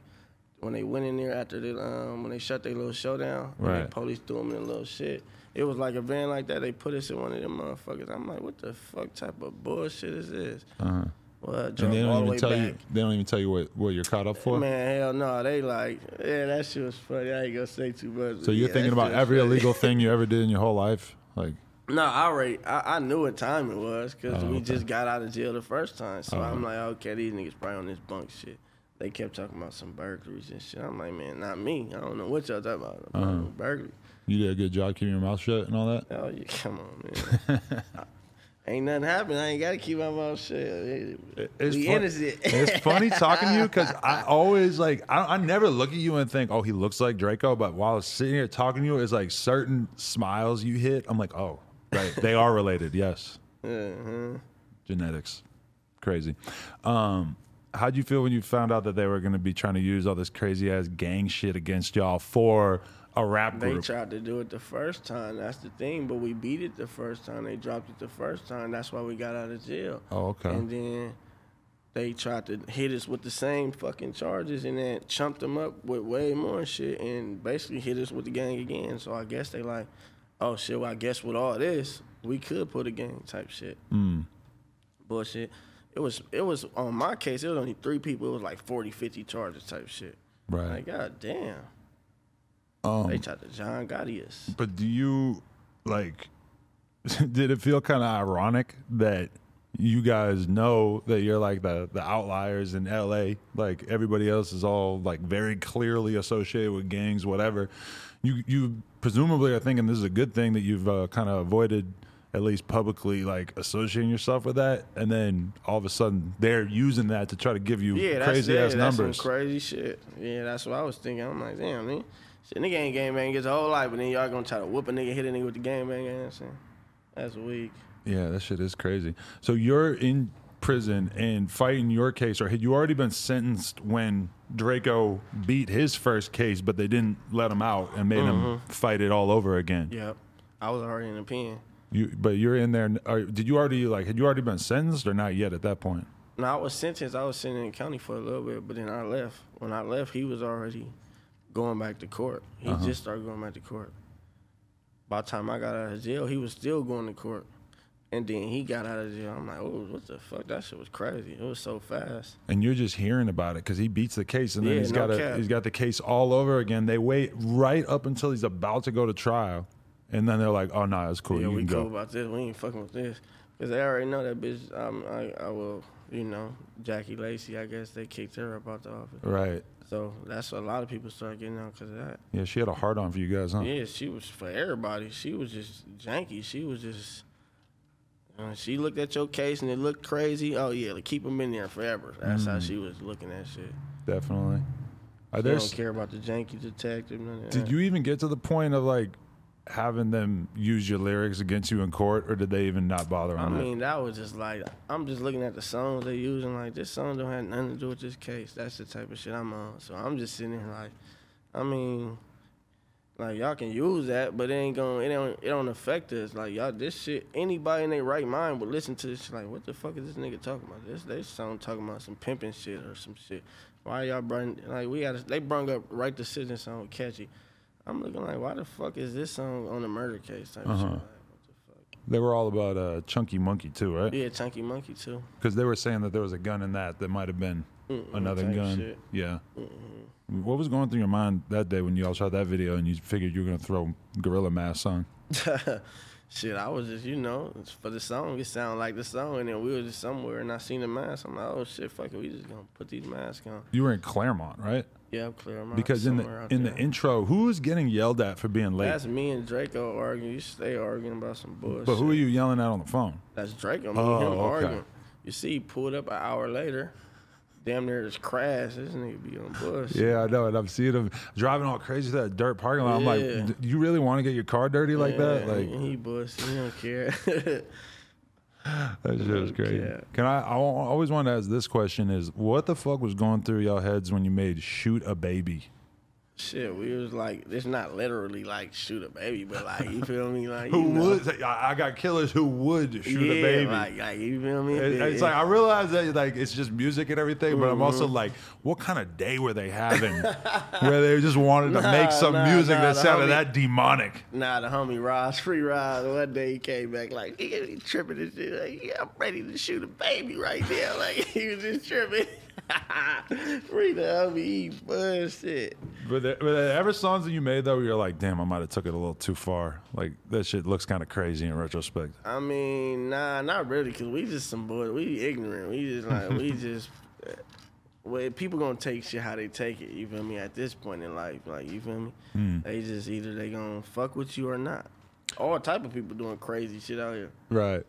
S2: When they went in there after the, um, when they shut their little show down, and
S1: Right.
S2: the police threw them in a little shit. It was like a van like that. They put us in one of them motherfuckers. I'm like, what the fuck type of bullshit is this?
S1: Uh-huh.
S2: Well, I drove
S1: And they
S2: all
S1: don't
S2: the
S1: even
S2: way
S1: tell
S2: back.
S1: you. They don't even tell you what, what you're caught up for.
S2: Man, hell no. They like, yeah, that shit was funny. I ain't gonna say too much.
S1: so you're thinking about every illegal thing you ever did in your whole life, like
S2: No, I already, I, I knew what time it was because
S1: Oh,
S2: we
S1: okay. Uh-huh.
S2: just got out of jail the first time. So I'm like, okay, these niggas probably on this bunk shit. They kept talking about some burglaries and shit. I'm like, man, not me. I don't know what y'all talking about.
S1: Uh-huh.
S2: I'm not no burglary.
S1: you did a good job keeping your mouth shut and all that.
S2: Oh, yeah, come on, man. ain't nothing happened. I ain't gotta keep my mouth shut. we
S1: fun-
S2: innocent.
S1: it's funny talking to you because I always like I, I never look at you and think, oh, he looks like Draco. But while sitting here talking to you, it's like certain smiles you hit. I'm like, oh, right, they are related. Yes,
S2: Uh-huh.
S1: genetics, crazy. Um, how'd you feel when you found out that they were going to be trying to use all this crazy ass gang shit against y'all for a rap
S2: They
S1: group?
S2: tried to do it the first time. That's the thing. But we beat it the first time. They dropped it the first time. That's why we got out of jail.
S1: Oh, okay.
S2: And then they tried to hit us with the same fucking charges and then chumped them up with way more shit and basically hit us with the gang again. So I guess they like, oh shit, well, I guess with all this, we could put a gang type shit.
S1: Hmm.
S2: Bullshit. It was it was on my case, it was only three people, it was like 40, 50 charges type shit.
S1: right.
S2: Like, god damn.
S1: Um,
S2: They tried to John Gotti us.
S1: But do you like? did it feel kind of ironic that you guys know that you're like the the outliers in LA? Like everybody else is all like very clearly associated with gangs, whatever. You you presumably are thinking this is a good thing that you've uh, kind of avoided. At least publicly, like associating yourself with that, and then all of a sudden they're using that to try to give you
S2: Yeah, that's
S1: crazy
S2: it.
S1: ass
S2: That's some
S1: numbers.
S2: crazy shit. Yeah, that's what I was thinking. I'm like, damn, man. Shit, nigga ain't game bang gets a whole life, but then y'all gonna try to whoop a nigga, hit a nigga with the game bang. You know what I'm saying? That's weak.
S1: Yeah, that shit is crazy. So you're in prison and fighting your case, or had you already been sentenced when Draco beat his first case, but they didn't let him out and made him
S2: Mm-hmm.
S1: fight it all over again?
S2: Yep. I was already in the pen.
S1: You, but you're in there. n- Or did you already like? Had you already been sentenced or not yet at that point?
S2: No, I was sentenced. I was sitting in the county for a little bit, but then I left. When I left, he was already going back to court. He
S1: Uh-huh.
S2: just started going back to court. By the time I got out of jail, he was still going to court. And then he got out of jail. I'm like, oh, what the fuck? That shit was crazy. It was so fast.
S1: And you're just hearing about it because he beats the case, and then
S2: Yeah,
S1: he's
S2: no
S1: got a,
S2: cap.
S1: he's got the case all over again. They wait right up until he's about to go to trial, and then they're like, "Oh no, it's cool.
S2: Yeah,
S1: you
S2: we
S1: can go."
S2: cool about this. We ain't fucking with this because they already know that bitch. I'm, um, I, I will. you know, Jackie Lacey, I guess they kicked her up out the office.
S1: Right.
S2: So that's what a lot of people started getting out because of that.
S1: Yeah, she had a hard on for you guys, huh?
S2: Yeah, she was for everybody. She was just janky. She was just. uh, she looked at your case and it looked crazy. Oh yeah, like, keep them in there forever. That's how she was looking at shit.
S1: Definitely. Are
S2: They
S1: there
S2: don't care about the janky detective. None of
S1: Did
S2: that.
S1: you even get to the point of like having them use your lyrics against you in court, or did they even not bother
S2: I
S1: on that?
S2: mean, that was just like I'm just looking at the songs they using. Like this song don't have nothing to do with this case. That's the type of shit I'm on. So I'm just sitting here like, I mean, like y'all can use that, but it ain't gonna it don't it don't affect us. Like y'all, this shit anybody in their right mind would listen to this. Shit. Like what the fuck is this nigga talking about? This they song talking about some pimping shit or some shit. Why y'all bring like we got they brung up right decision song catchy. I'm looking like why the fuck is this song on a murder case type of shit. Like, what the fuck?
S1: They were all about uh, Chunky Monkey too, right?
S2: Yeah, Chunky Monkey too.
S1: Because they were saying that there was a gun in that that might have been another
S2: type
S1: gun.
S2: shit.
S1: Yeah. What was going through your mind that day when you all shot that video and you figured you were gonna throw Gorilla Mask on?
S2: Shit, I was just, you know, it's for the song, it sounded like the song, and then we were just somewhere, and I seen the mask. I'm like, oh shit, fuck it, we just gonna put these masks on.
S1: You were in Claremont, right?
S2: Yeah, I'm clear. I'm
S1: Because in the in the intro, who was getting yelled at for being late?
S2: that's me and Draco arguing. You stay arguing about some bullshit.
S1: but who are you yelling at on the phone?
S2: That's Draco. Me
S1: Oh,
S2: and him
S1: okay.
S2: arguing. You see, he pulled up an hour later. Damn near just crashed. This nigga be on bullshit.
S1: Yeah, I know, and I'm seeing him driving all crazy to that dirt parking lot. I'm
S2: Yeah.
S1: like, "D- you really want to get your car dirty like that?
S2: Yeah,
S1: Like
S2: he bullshit. He don't care.
S1: that shit was crazy.
S2: Yeah.
S1: Can I? I al- always want to ask this question: Is what the fuck was going through y'all heads when you made "Shoot a Baby"?
S2: shit, we was like, it's not literally like shoot a baby, but like, you feel me? Like,
S1: Who
S2: you know.
S1: would? I I got killers who would shoot a baby.
S2: Like, like you feel me?
S1: It- it's like I realize that like it's just music and everything, but I'm also
S2: Mm-hmm.
S1: like, what kind of day were they having where they just wanted to
S2: Nah,
S1: make some
S2: nah,
S1: music
S2: nah,
S1: that
S2: the
S1: sounded
S2: homie-
S1: that demonic?
S2: nah, the homie Ross, free Ross. One day he came back like nigga, he tripping and shit. Like yeah, I'm ready to shoot a baby right now. Like he was just tripping. free the homie, he bullshit.
S1: Were there, were there ever songs that you made though where you're like, damn, I might have took it a little too far? Like that shit looks kind of crazy in retrospect.
S2: I mean, nah, not really, cause we just some boy. We ignorant. We just like we just. Well, people gonna take shit how they take it. You feel me? At this point in life, like you feel me?
S1: Hmm.
S2: They just either they gonna fuck with you or not. All type of people doing crazy shit out here.
S1: Right.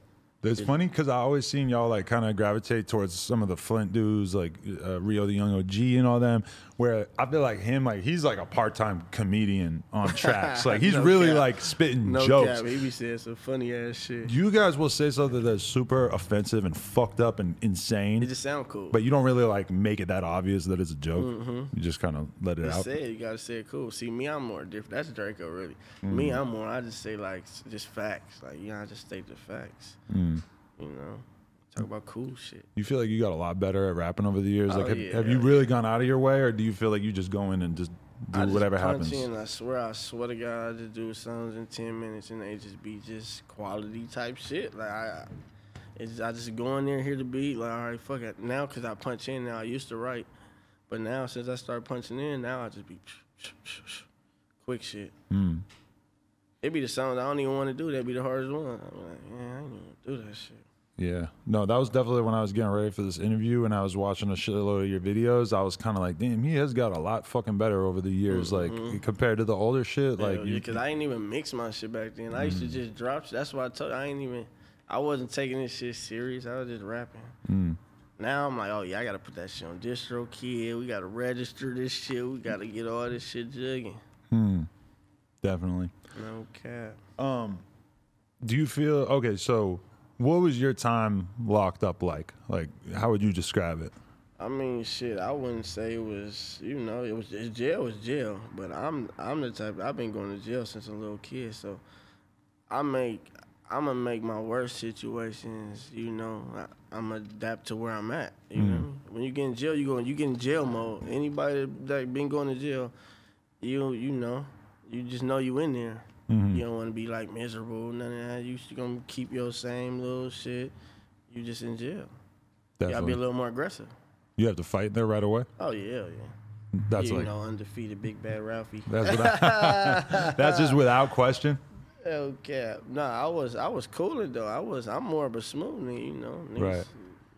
S1: It's funny because I always seen y'all like kind of gravitate towards some of the Flint dudes, like uh, Rio the Young OG and all them. Where I feel like him, like he's like a part-time comedian on tracks. Like he's
S2: No
S1: really
S2: cap.
S1: like spitting
S2: No
S1: jokes.
S2: cap, he be saying some funny ass shit.
S1: You guys will say something that's super offensive and fucked up and
S2: It
S1: insane,
S2: just sound cool.
S1: but you don't really like make it that obvious that it's a joke. You just kind of let it
S2: you
S1: out.
S2: Mm-hmm. say it, you gotta say it cool. See, me, I'm more different. That's Draco, really. Me,
S1: Mm.
S2: I'm more. I just say like s- just facts. Like you know, I just state the facts.
S1: Mm.
S2: You know, talk about cool shit.
S1: You feel like you got a lot better at rapping over the years. like,
S2: Oh,
S1: have,
S2: yeah.
S1: have you really gone out of your way, or do you feel like you just go in and just do
S2: I just
S1: whatever
S2: punch
S1: happens?
S2: In, I swear, I swear to God, I just do songs in ten minutes, and they just be just quality type shit. Like I, it's, I just go in there, hear the beat, like all right, fuck it. Now, cause I punch in. Now I used to write, but now since I started punching in, now I just be quick shit.
S1: Mm.
S2: It be the songs I don't even want to do. That be the hardest one. I'm like, yeah, I ain't even do that shit.
S1: Yeah. No, that was definitely when I was getting ready for this interview and I was watching a shitload of your videos. I was kind of like, damn, he has got a lot fucking better over the years,
S2: Mm-hmm.
S1: like compared to the older shit. Like, you, Mm.
S2: because I ain't even mix my shit back then. I used to just drop. Shit. That's why I told I ain't even. I wasn't taking this shit serious. I was just rapping.
S1: Mm.
S2: Now I'm like, oh yeah, I gotta put that shit on distro kid. We gotta register this shit. We gotta get all this shit jugging.
S1: definitely.
S2: No cap. Um,
S1: Do you feel okay? So, what was your time locked up like? Like, how would you describe it?
S2: I mean, shit. I wouldn't say it was. You know, it was it, jail was jail. But I'm I'm the type. I've been going to jail since a little kid. So I make I'm gonna make my worst situations. You know, I, I'm gonna adapt to where I'm at. You know, when you get in jail, you going you get in jail mode. Anybody that been going to jail, you you know, you just know you in there. You don't want to be like miserable. None of that. You just gonna keep your same little shit. You just in jail. You gotta be
S1: Definitely.
S2: a little more aggressive.
S1: you have to fight there right away.
S2: Oh yeah, hell yeah.
S1: That's
S2: you
S1: like
S2: know, undefeated Big Bad Ralphie.
S1: that's what I, that's just without question.
S2: Hell cap. Nah, I was I was cooling though. I was I'm more of a smoothie, you know. Niggas,
S1: Right.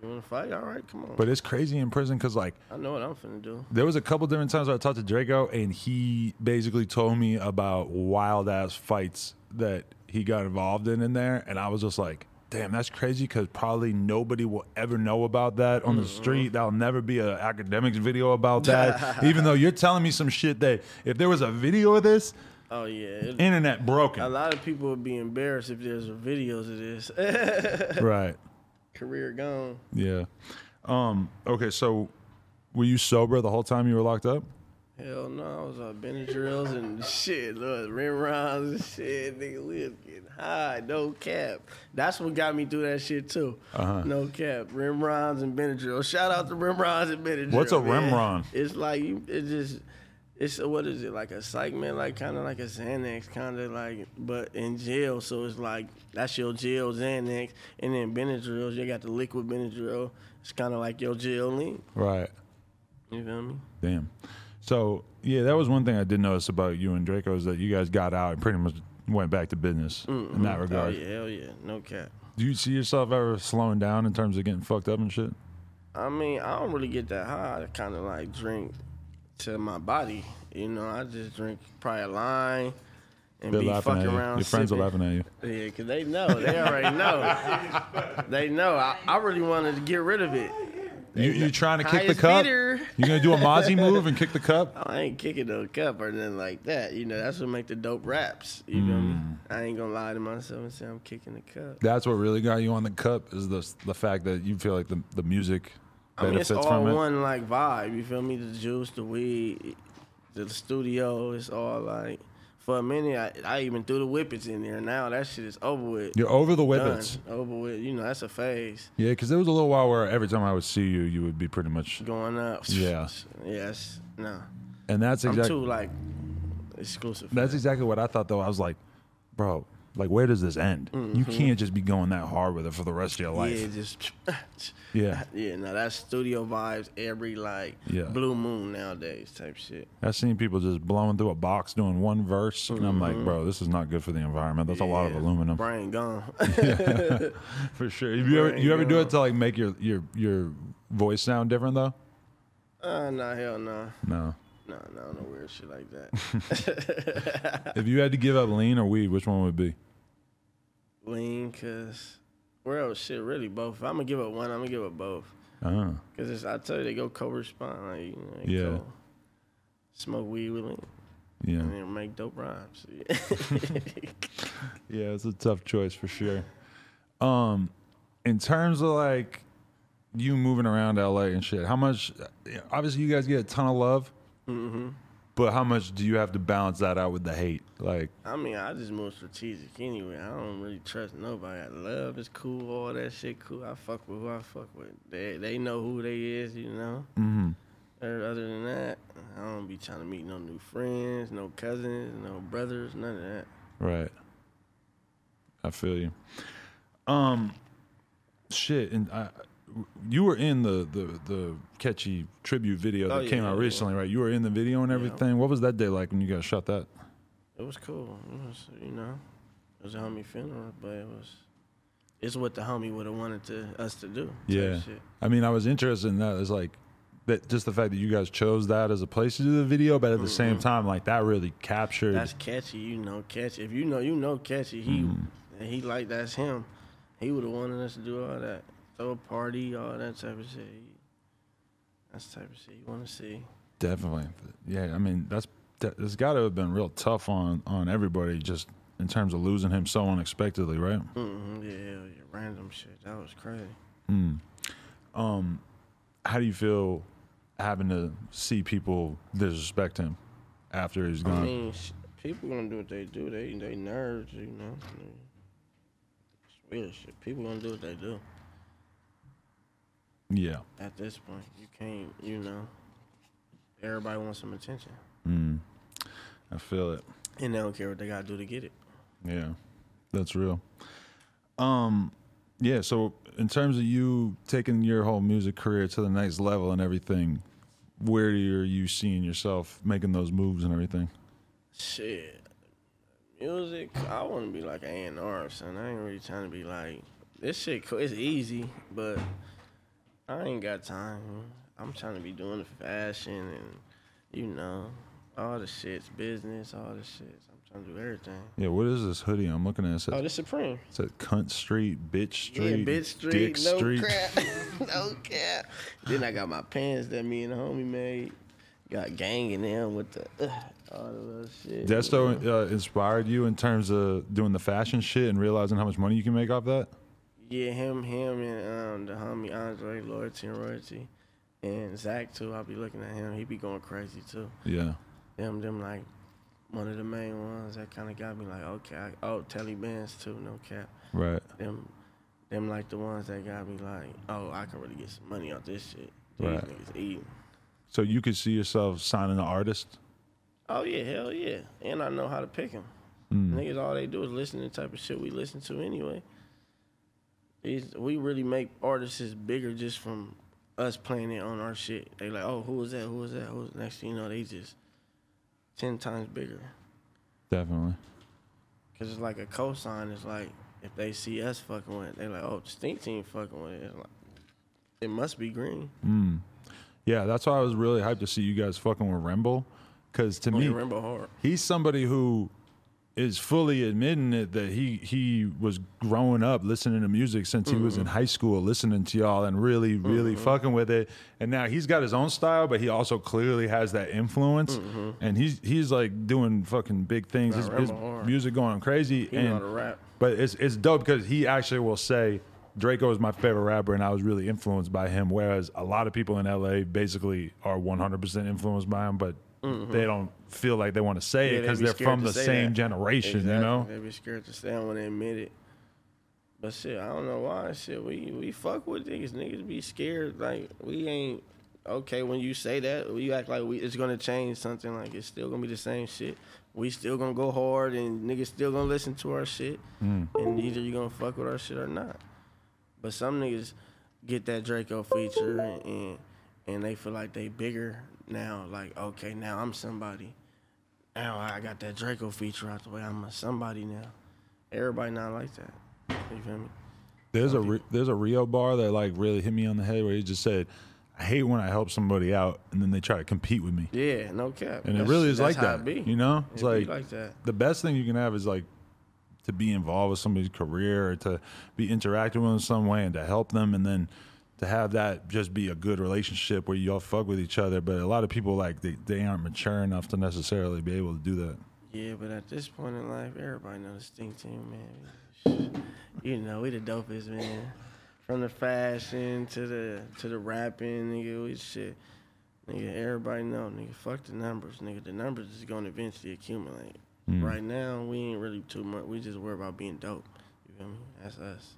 S2: You want to fight? All right, come on.
S1: But it's crazy in prison because like
S2: I know what I'm finna do.
S1: there was a couple different times where I talked to Draco and he basically told me about wild ass fights that he got involved in in there, and I was just like, damn, that's crazy because probably nobody will ever know about that on the street. That'll never be an academics video about that, even though you're telling me some shit that if there was a video of this,
S2: Oh yeah, it-
S1: internet
S2: a
S1: broken,
S2: lot of people would be embarrassed if there's videos of this.
S1: right?
S2: Career gone.
S1: Yeah. Um. Okay. So, were you sober the whole time you were locked up?
S2: Hell no, I was on Benadryls and shit, look, rim rounds and shit. Nigga, we was getting high, no cap. That's what got me through that shit too.
S1: Uh-huh.
S2: No cap, rim rounds and Benadryl. Shout out to rim rounds and Benadryl.
S1: What's a
S2: man.
S1: Rimron?
S2: It's like you, it just, it's a, what is it like a psych man, like kind of like a Xanax, kind of like, but in jail. So it's like that's your jail Xanax, and then Benadryls. You got the liquid Benadryl. It's kind of like your jail lean.
S1: Right.
S2: You feel me?
S1: Damn. So yeah, that was one thing I did notice about you and Draco is that you guys got out and pretty much went back to business in that
S2: Oh
S1: regard.
S2: yeah, hell yeah, no cap.
S1: Do you see yourself ever slowing down in terms of getting fucked up and shit?
S2: I mean, I don't really get that high. I kind of like drink to my body. You know, I just drink probably a line and
S1: They're
S2: be
S1: laughing at
S2: fucking
S1: you.
S2: around.
S1: Your friends are
S2: sipping.
S1: laughing at you.
S2: Yeah, cause they know. They already know. they know. I, I really wanted to get rid of it.
S1: You you trying to kick the
S2: Highest
S1: cup?
S2: bidder.
S1: You gonna do a Mozzie move and kick the cup?
S2: I ain't kicking no cup or nothing like that. You know, that's what make the dope raps. You know,
S1: Mm.
S2: I ain't gonna lie to myself and say I'm kicking the cup.
S1: That's what really got you on the cup is the the fact that you feel like the the music
S2: I mean, it's
S1: benefits
S2: all
S1: from it.
S2: one like vibe. You feel me? The juice, the weed, the studio. It's all like for a minute. I, I even threw the whippets in there. Now that shit is over with.
S1: You're over the
S2: Done.
S1: whippets.
S2: Over with. You know that's a phase
S1: Yeah, because there was a little while where every time I would see you, you would be pretty much,
S2: going up.
S1: Yeah.
S2: Yes. No.
S1: and that's
S2: I'm
S1: exactly
S2: too like exclusive.
S1: That's exactly what I thought though. I was like, bro, like where does this end? You can't just be going that hard with it for the rest of your
S2: yeah.
S1: life.
S2: Just
S1: Yeah.
S2: yeah. No, that's studio vibes. Every like
S1: Yeah.
S2: blue moon nowadays type shit.
S1: I've seen people just blowing through a box doing one verse, and I'm like, bro, this is not good for the environment. That's a lot of
S2: Yeah.
S1: aluminum
S2: Brain gone.
S1: for sure. You ever, you ever do it to like make your your your voice sound different though?
S2: uh, nah. Hell no.
S1: No.
S2: No. No. No weird shit like that.
S1: if you had to give up lean or weed, which one would it be?
S2: lean because where else shit really both if i'm gonna give up one i'm gonna give up both
S1: Oh,
S2: because it's i tell you they go co-respond like you know they
S1: Yeah.
S2: go smoke weed with lean
S1: yeah.
S2: and then make dope rhymes
S1: Yeah, it's a tough choice for sure. Um, in terms of like you moving around LA and shit, how much? Obviously, you guys get a ton of love,
S2: Mm-hmm.
S1: but how much do you have to balance that out with the hate? Like,
S2: i mean i just move strategic anyway i don't really trust nobody I love is cool all that shit cool i fuck with who i fuck with they, they know who they is you know
S1: mm-hmm.
S2: Or other than that i don't be trying to meet no new friends no cousins no brothers none of that
S1: right? I feel you. Um, shit, and I, you were in the the the catchy tribute video that
S2: Oh,
S1: came
S2: yeah,
S1: out
S2: yeah.
S1: recently, right? You were in the video and everything. What was that day like when you guys shot that?
S2: It was cool. It was, you know, it was a homie funeral, but it was, it's what the homie would have wanted to us to do. type
S1: Yeah.
S2: shit.
S1: I mean, I was interested in that. It's like that just the fact that you guys chose that as a place to do the video, but at the same time, like that really captured.
S2: Mm-hmm. That's catchy. You know, catchy. If you know, you know, catchy. He, and he like that's him. He would have wanted us to do all that, throw a party, all that type of shit. He- That's the type of shit you want to see.
S1: definitely, yeah. I mean, that's that, it's got to have been real tough on on everybody just in terms of losing him so unexpectedly, right?
S2: Mm-hmm. Yeah, hell yeah, random shit. That was crazy.
S1: Um, how do you feel having to see people disrespect him after he's
S2: I
S1: gone?
S2: mean, sh- people gonna do what they do. They they nerds, you know. It's weird shit. People gonna do what they do.
S1: yeah.
S2: at this point. You can't, you know. Everybody wants some attention,
S1: Mm. I feel it.
S2: and they don't care what they gotta do to get it.
S1: Yeah, that's real. Um, yeah. So in terms of you taking your whole music career to the next level and everything, where are you seeing yourself making those moves and everything?
S2: Shit, music. I want to be like an A and R, son. I ain't really trying to be like this shit. cool. It's easy, but I ain't got time. I'm trying to be doing fashion and you know all the shits, business, all the shits. I'm trying to do everything.
S1: Yeah, what is this hoodie I'm looking at? It says,
S2: Oh, the Supreme.
S1: it says Cunt Street, Bitch Street,
S2: yeah, bitch street,
S1: Dick
S2: no
S1: Street.
S2: crap, no cap. Then I got my pants that me and the homie made. Got gang in them with the uh, all the little shit.
S1: Desto uh, inspired you in terms of doing the fashion shit and realizing how much money you can make off that?
S2: Yeah, him, him, and um, the homie Andre, Loyalty and Royalty, and Zach too. I'll be looking at him. He be going crazy too.
S1: Yeah.
S2: Them, them like one of the main ones that kind of got me like, okay, I, oh, Telly Bands too, no cap.
S1: Right.
S2: Them, them like the ones that got me like, oh, I can really get some money off this shit. These
S1: Right.
S2: niggas eating.
S1: So you could see yourself signing an artist?
S2: Oh yeah, hell yeah, and I know how to pick them. Niggas, all they do is listen to the type of shit we listen to anyway. These we really make artists bigger just from us playing it on our shit. They like, oh, who was that? Who was that? Who's next? Thing you know, they just ten times bigger.
S1: Definitely.
S2: Cause it's like a cosign. It's like if they see us fucking with it, they like, oh, Stink Team fucking with it. It's like, it must be green.
S1: Yeah, that's why I was really hyped to see you guys fucking with Rembo. Because to
S2: I
S1: me,
S2: remember hard.
S1: he's somebody who is fully admitting it that he he was growing up listening to music since he was in high school listening to y'all and really really fucking with it and now he's got his own style but he also clearly has that influence
S2: Mm-hmm.
S1: and he's he's like doing fucking big things his, his
S2: Rebel hard.
S1: music going crazy
S2: He know
S1: and
S2: how to rap.
S1: but it's it's dope because he actually will say Draco is my favorite rapper and I was really influenced by him. Whereas a lot of people in LA basically are 100% influenced by him, but
S2: Mm-hmm.
S1: they don't feel like they want to say it
S2: Yeah,
S1: it
S2: they
S1: because
S2: be
S1: they're
S2: scared
S1: from
S2: to
S1: the
S2: say
S1: same
S2: that.
S1: generation, you know?
S2: They be scared to say I want to admit it. But shit, I don't know why. Shit, we we fuck with niggas. Niggas be scared. Like we ain't okay when you say that. We act like we it's gonna change something. Like it's still gonna be the same shit. We still gonna go hard, and niggas still gonna listen to our shit.
S1: Hmm.
S2: And either you gonna fuck with our shit or not. But some niggas get that Draco feature and, and and they feel like they bigger now. Like okay, now I'm somebody. Now I got that Draco feature out the way. I'm a somebody now. Everybody not like that. You feel me?
S1: There's a re- there's a Rio bar that like really hit me on the head where he just said, "I hate when I help somebody out and then they try to compete with me."
S2: Yeah, no cap.
S1: And
S2: That's-
S1: it really is
S2: that's
S1: like
S2: how
S1: that,
S2: It be.
S1: you know? It's
S2: It be
S1: like,
S2: like that.
S1: the best thing you can have is like to be involved with somebody's career or to be interacting with them in some way and to help them and then to have that just be a good relationship where y'all fuck with each other. But a lot of people like they, they aren't mature enough to necessarily be able to do that.
S2: Yeah, but at this point in life, everybody knows the Stink Team, man. You know, we the dopest, man. From the fashion to the to the rapping, nigga, we shit. Nigga, everybody know, nigga. Fuck the numbers, nigga. The numbers is gonna eventually accumulate.
S1: Mm.
S2: Right now, we ain't really too much. We just worry about being dope. You feel me? That's us.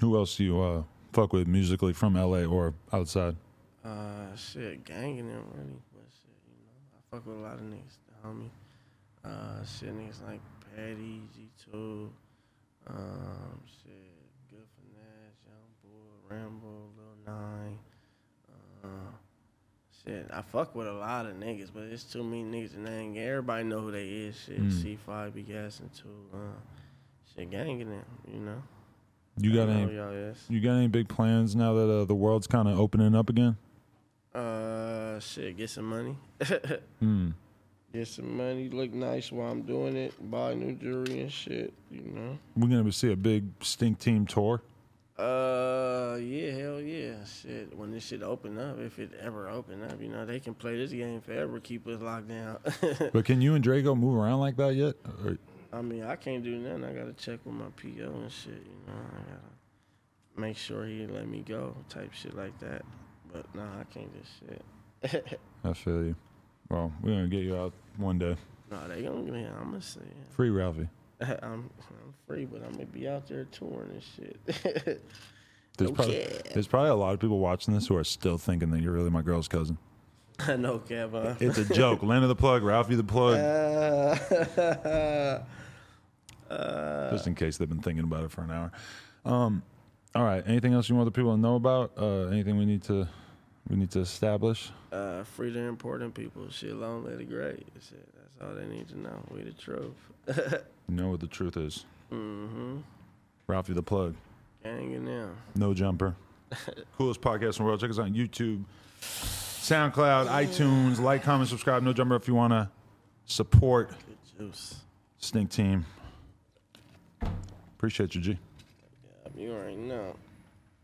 S1: Who else do you uh, fuck with musically from LA or outside?
S2: Uh, shit, ganging them really, but shit, you know, I fuck with a lot of niggas, the homie. Uh, shit, niggas like Patty, G Two, um, shit, Good Finesse, Young Boy, Rambo, Lil Nine. Uh, shit, I fuck with a lot of niggas, but it's too many niggas and ain't everybody know who they is. Shit,
S1: Mm.
S2: C Five, be gassing too. Uh, shit, ganging them, you know.
S1: You got
S2: I know
S1: any?
S2: y'all is.
S1: You got any big plans now that uh, the world's kind of opening up again?
S2: Uh, shit, get some money. Get some money, look nice while I'm doing it, buy new jewelry and shit, you know.
S1: We're gonna see a big Stink Team tour.
S2: Uh, yeah, hell yeah, shit. When this shit open up, if it ever open up, you know, they can play this game forever, keep us locked down.
S1: But can you and Drago move around like that yet? Or-
S2: I mean, I can't do nothing. I gotta check with my PO and shit, you know. I gotta make sure he let me go, type shit like that. But nah, I can't do shit.
S1: I feel you. Well, we're gonna get you out one day.
S2: nah, they gonna get me. I'm gonna see.
S1: Free Ralphie.
S2: I'm, I'm free, but I'm gonna be out there touring and shit.
S1: There's,
S2: Oh,
S1: probably,
S2: yeah.
S1: there's probably a lot of people watching this who are still thinking that you're really my girl's cousin.
S2: I know, uh, Kevin.
S1: It's a joke. Lena the plug, Ralphie the plug.
S2: Uh,
S1: just in case they've been thinking about it for an hour. Um, all right. Anything else you want the people to know about? Uh, anything we need to we need to establish?
S2: uh, free to important people. Shit alone, let it great. Shit, that's all they need to know. We the truth.
S1: You know what the truth is.
S2: mm-hmm.
S1: Ralphie the plug.
S2: Gang and them.
S1: No jumper. Coolest podcast in the world. Check us out on YouTube, SoundCloud, iTunes. Like, comment, subscribe. No jumper if you want to support
S2: Juice.
S1: Stink Team. Appreciate you, G.
S2: You already know.